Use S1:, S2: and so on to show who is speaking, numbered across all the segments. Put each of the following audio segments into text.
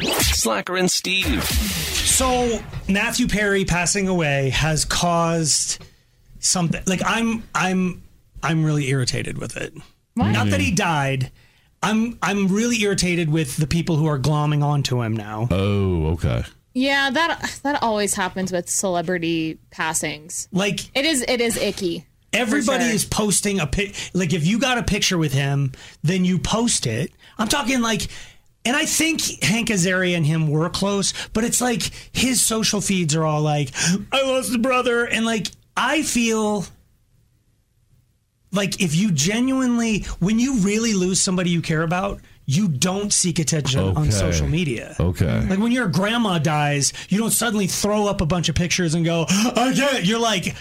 S1: Slacker and Steve.
S2: So Matthew Perry passing away has caused something. Like I'm, I'm, I'm really irritated with it. Not that he died. I'm, I'm really irritated with the people who are glomming onto him now.
S3: Oh, okay.
S4: Yeah, that that always happens with celebrity passings.
S2: Like
S4: It is it is icky.
S2: everybody
S4: sure.
S2: is posting a pic. Like if you got a picture with him, then you post it. I'm talking like. And I think Hank Azaria and him were close, but it's like his social feeds are all like, I lost a brother. And like, I feel like if you genuinely, when you really lose somebody you care about, you don't seek attention on
S3: Okay.
S2: social media.
S3: Okay.
S2: Like when your grandma dies, you don't suddenly throw up a bunch of pictures and go, I get it. You're like,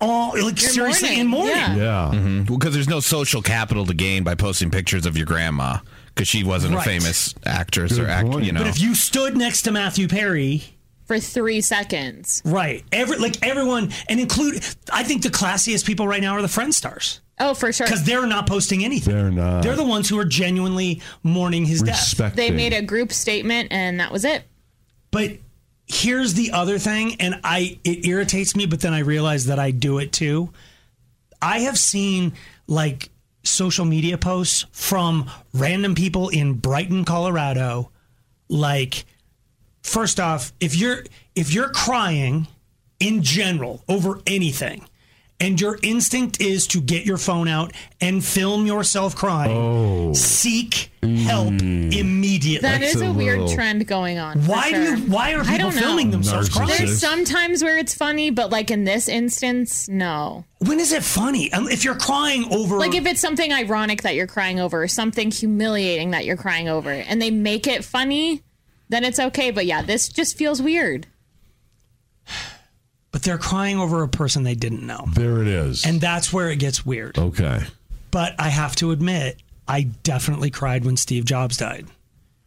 S2: oh, like seriously in mourning.
S4: Yeah.
S3: Yeah.
S5: Because there's no social capital to gain by posting pictures of your grandma because she wasn't
S2: Right.
S5: a famous actress or
S3: Good
S5: actor.
S3: point.
S5: You know,
S2: But if you stood next to Matthew Perry,
S4: For three seconds.
S2: right, every like everyone, and include, I think the classiest people right now are the friend stars
S4: Oh, for sure.
S2: because they're not posting anything.
S3: They're not.
S2: They're the ones who are genuinely mourning his death.
S3: Respect.
S4: They made a group statement and that was it.
S2: But here's the other thing, and I it irritates me, but then I realize that I do it too. I have seen like social media posts from random people in Brighton, Colorado. Like, first off, if you're if you're crying in general over anything, and your instinct is to get your phone out and film yourself crying, seek help immediately.
S4: That is
S3: That's
S4: a,
S3: a
S4: weird
S3: little-
S4: trend going on. for
S2: Why
S4: sure.
S2: do you, why are
S4: I
S2: people
S4: don't know.
S2: filming themselves
S3: Narcissist.
S2: crying?
S4: There's sometimes where it's funny, but like in this instance, no.
S2: When is it funny? Um, If you're crying over
S4: Like if it's something ironic that you're crying over, or something humiliating that you're crying over, and they make it funny, then it's okay. But yeah, this just feels weird.
S2: but they're crying over a person they didn't know.
S3: There it is.
S2: And that's where it gets weird.
S3: okay.
S2: But I have to admit, I definitely cried when Steve Jobs died.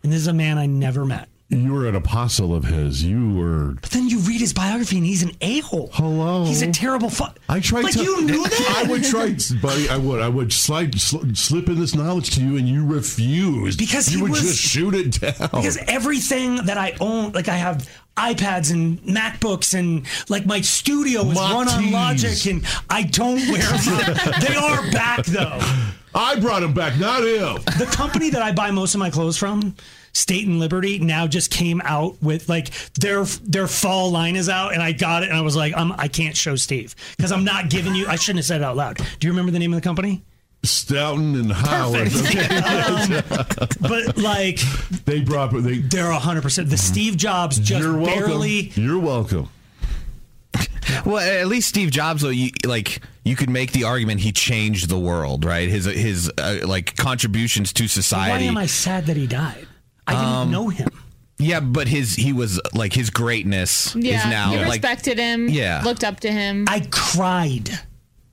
S2: And this is a man I never met.
S3: You were an apostle of his. You were.
S2: But then you read his biography and he's an a-hole.
S3: Hello.
S2: He's a terrible fu-
S3: I tried
S2: Like
S3: to.
S2: you knew that?
S3: I would try, buddy. I would. I would slide, sl- slip in this knowledge to you, and you refused
S2: Because
S3: you
S2: he
S3: would
S2: was-
S3: just shoot it down.
S2: because everything that I own, like I have iPads and MacBooks and like my studio is
S3: Mock
S2: run on
S3: tees.
S2: Logic and I don't wear them. they are back though.
S3: I brought him back, not him.
S2: the company that I buy most of my clothes from, State and Liberty, now just came out with like their their fall line is out, and I got it, and I was like, I'm, I can't show Steve because I'm not giving you. I shouldn't have said it out loud. Do you remember the name of the company? Um,
S3: Stoughton and Howard.
S2: But like,
S3: They brought. They.
S2: they're 100. percent The Steve Jobs just
S3: You're welcome.
S2: barely.
S3: You're welcome.
S5: well, at least Steve Jobs, though, you, like you could make the argument he changed the world, right? His his uh, like contributions to
S2: Why
S5: society.
S2: am I sad that he died? I didn't
S3: Um,
S2: know him.
S5: yeah, but his he was like his greatness is
S4: Yeah,
S5: now
S4: you
S5: like
S4: respected him.
S5: Yeah.
S4: looked up to him.
S2: I cried.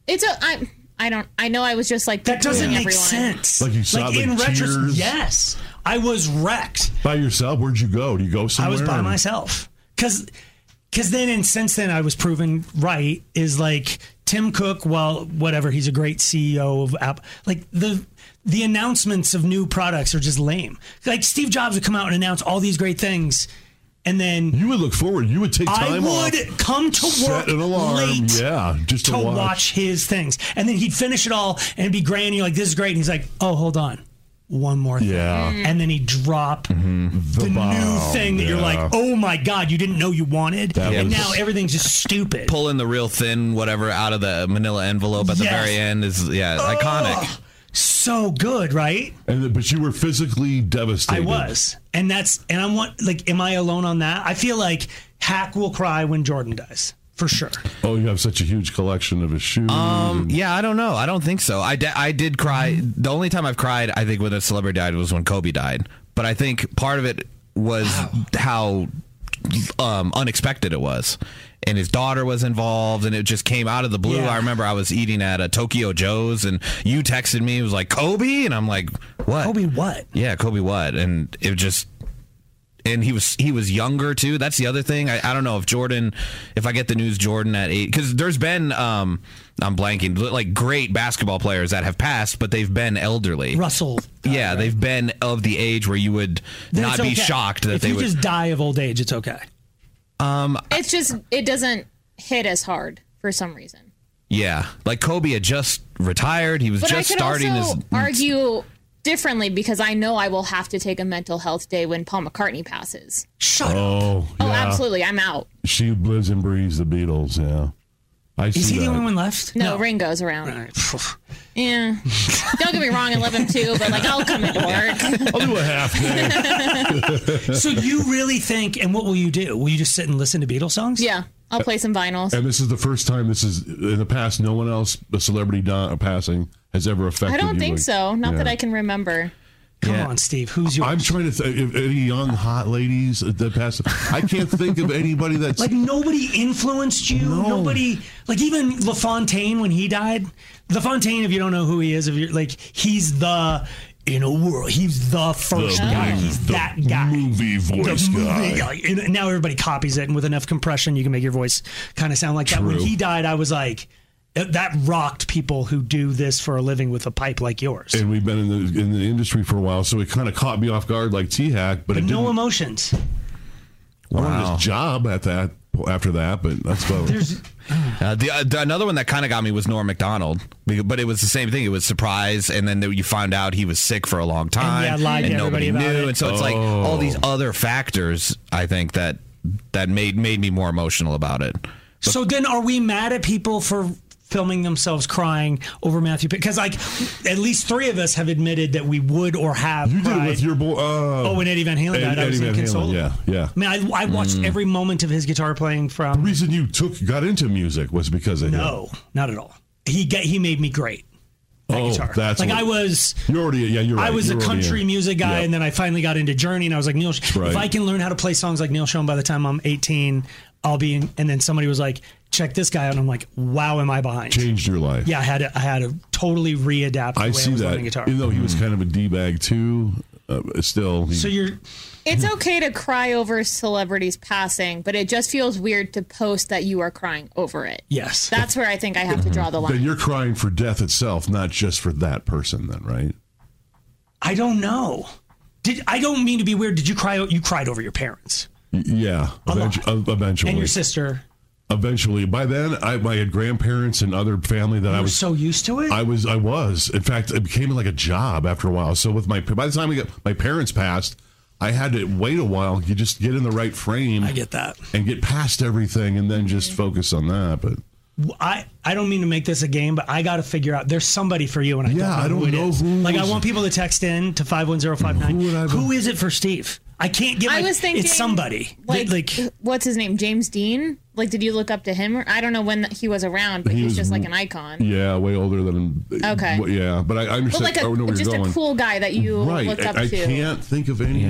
S4: It's a I. I don't. I know. I was just like
S2: That doesn't
S4: picturing
S2: make sense.
S3: Like you saw the
S2: retros-
S3: tears?
S2: yes, I was wrecked.
S3: By yourself? Where'd you go? Do you go
S2: I
S3: somewhere?
S2: was by
S3: and-
S2: myself because because then and since then I was proven right is like Tim Cook. Well, whatever, he's a great CEO of Apple. Like the the announcements of new products are just lame. Like Steve Jobs would come out and announce all these great things, and then
S3: You would look forward. You would take
S2: I
S3: time off.
S2: would come to work
S3: set an alarm.
S2: late
S3: yeah, just to,
S2: to watch. his things, and then he'd finish it all and it'd be grand. And you're like, "This is great," and he's like, "Oh, hold on." one more thing.
S3: Yeah.
S5: Mm-hmm.
S3: Mm-hmm.
S2: And then he drop the, new
S3: bomb,
S2: thing that you're
S3: yeah.
S2: like, oh my God, you didn't know you wanted.
S3: That
S2: and
S3: was-
S2: now everything's just stupid.
S5: Pulling the real thin whatever out of the manila envelope at the
S2: Yes.
S5: very end is yeah iconic.
S2: So good, right?
S3: And then- but you were physically
S2: I
S3: devastated.
S2: was. And that's, and I'm one, like, am I alone on that? I feel like Hack will cry when Jordan dies, for sure.
S3: Oh, you have such a huge collection of his shoes.
S2: Uh,
S5: Um, yeah, I don't know. I don't think so. I, de- I did cry. The only time I've cried, I think, when a celebrity died was when Kobe died. But I think part of it was how um, unexpected it was. And his daughter was involved, and it just came out of the blue.
S2: Yeah.
S5: I remember I was eating at a Tokyo Joe's, and you texted me. It was like Kobe, and I'm like, "What?
S2: Kobe, what?
S5: Yeah, Kobe what? And it just and he was he was younger too. That's the other thing. I, I don't know if Jordan, if I get the news Jordan at eight, because there's been um I'm blanking like great basketball players that have passed, but they've been elderly.
S2: Russell.
S5: Yeah, they've been of the age where you would
S2: Then
S5: not
S2: it's
S5: be
S2: okay.
S5: shocked that
S2: if
S5: they
S2: you
S5: would.
S2: just die of old age, it's okay.
S4: It's just it doesn't hit as hard for some reason.
S5: yeah, like Kobe had just retired. He was
S4: But
S5: just
S4: I could
S5: starting
S4: also
S5: his.
S4: argue differently because I know I will have to take a mental health day when Paul McCartney passes.
S2: Shut up.
S3: oh, yeah.
S4: Oh, absolutely, I'm out.
S3: She lives and breathes the Beatles. Yeah. I
S2: Is
S3: see
S2: he the
S3: that.
S2: only one left?
S4: No, Ringo's around.
S2: All right.
S4: Yeah, don't get me wrong, I love him too, but like I'll come into work.
S3: I'll do a half day.
S2: so you really think? And what will you do? Will you just sit and listen to Beatles songs?
S4: yeah, I'll play some vinyls.
S3: and this is the first time this is in the past. No one else, a celebrity not passing, has ever
S4: I
S3: affected.
S4: don't
S3: you
S4: think
S3: like-
S4: so. Not that
S3: Yeah.
S4: I can remember.
S2: Come
S5: Yeah.
S2: on, Steve. Who's your?
S3: I'm trying to think if any young hot ladies that pass. I can't think of anybody that's
S2: like nobody influenced you.
S3: No.
S2: Nobody. Like even LaFontaine when he died. LaFontaine, if you don't know who he is, if you're like he's the in a world. He's the first guy. oh, He's that guy.
S3: movie
S2: The
S3: voice
S2: movie guy. And now everybody copies it, and with enough compression, you can make your voice kind of sound like that. When
S3: True.
S2: he died, I was like, that that rocked people who do this for a living with a pipe like yours.
S3: And we've been in the in the industry for a while, so it kind of caught me off guard, like T Hack. But it didn't,
S2: no emotions.
S3: I wanted his job at that after that, but that's about.
S5: Uh, the, uh, the- another one that kind of got me was Norm Macdonald, Be- but it was the same thing. It was surprise, and then there- you found out he was sick for a long time,
S2: yeah, lied to everybody
S5: nobody
S2: about
S5: knew.
S2: it.
S5: And so it's like all these other factors. I think that that made made me more emotional about it.
S2: So then, are we mad at people for filming themselves crying over Matthew? Because like, at least three of us have admitted that we would or have.
S3: you did it
S2: cried.
S3: with your boy. Uh,
S2: oh, when Eddie Van Halen
S3: Eddie-
S2: died, I was
S3: Eddie Van Halen,
S2: inconsolable.
S3: yeah, Mm. yeah.
S2: I mean, I, I watched every moment of his guitar playing
S3: the
S2: from.
S3: reason you took got into music was because of him.
S2: No, not at all. He get, he made me great. That
S3: Oh,
S2: guitar.
S3: that's
S2: like
S3: what-
S2: I was.
S3: You're already yeah. You're right.
S2: I was
S3: you're
S2: a
S3: already
S2: country
S3: in.
S2: music guy,
S3: Yep.
S2: and then I finally got into Journey, and I was like, Neil, Sh-
S3: right.
S2: if I can learn how to play songs like Neil Schoen by the time I'm 18, I'll be. In, and then somebody was like, check this guy out, and I'm like, wow, am I behind?
S3: changed your life.
S2: Yeah, I had to, I had to totally readapt. The
S3: I
S2: way
S3: see
S2: I was
S3: that.
S2: learning Guitar. Mm-hmm.
S3: Even though he was kind of a d bag too, uh, still. He,
S2: so you're
S4: It's okay to cry over celebrities passing, but it just feels weird to post that you are crying over it.
S2: yes.
S4: That's where I think I have to draw the
S3: then
S4: line.
S3: you're crying for death itself, not just for that person. Then right?
S2: I don't know. Did I don't mean to be weird. Did you cry? o- You cried over your parents
S3: Y- Yeah. Eventu- ev- eventually.
S2: and your sister.
S3: eventually. By then, I my grandparents and other family that I
S2: You were
S3: was
S2: so used to it.
S3: I was I was. In fact, it became like a job after a while. So with my by the time we got my parents passed, I had to wait a while. You just get in the right frame
S2: I get that.
S3: and get past everything, and then
S4: Mm-hmm.
S3: just focus on that. But
S2: I, I don't mean to make this a game, but I got to figure out. There's somebody for you, and I
S3: Yeah,
S2: don't know
S3: I don't
S2: who it
S3: know
S2: is.
S3: who
S2: like I
S3: was-
S2: want people to text in to five one zero five nine.
S3: Who would I be-
S2: Who is it for Steve? I can't get.
S4: I
S2: like,
S4: was thinking
S2: it's somebody.
S4: Like,
S2: Like, like
S4: what's his name? James Dean? Like, did you look up to him? I don't know when he was around, but
S3: He
S4: he's
S3: was-
S4: just like an icon.
S3: yeah, way older than
S4: Okay.
S3: well, Yeah, but I, I
S4: But
S3: understand.
S4: like a,
S3: I know where
S4: just
S3: you're going.
S4: a cool guy that you
S3: right.
S4: looked up
S3: I, I
S4: to.
S3: can't think of any.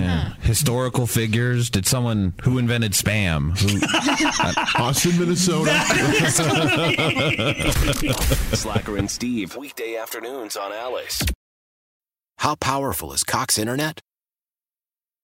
S5: Historical figures. Did someone who invented spam? Who,
S3: Austin, Minnesota.
S1: Slacker and Steve. Weekday afternoons on Alice. How powerful is Cox Internet?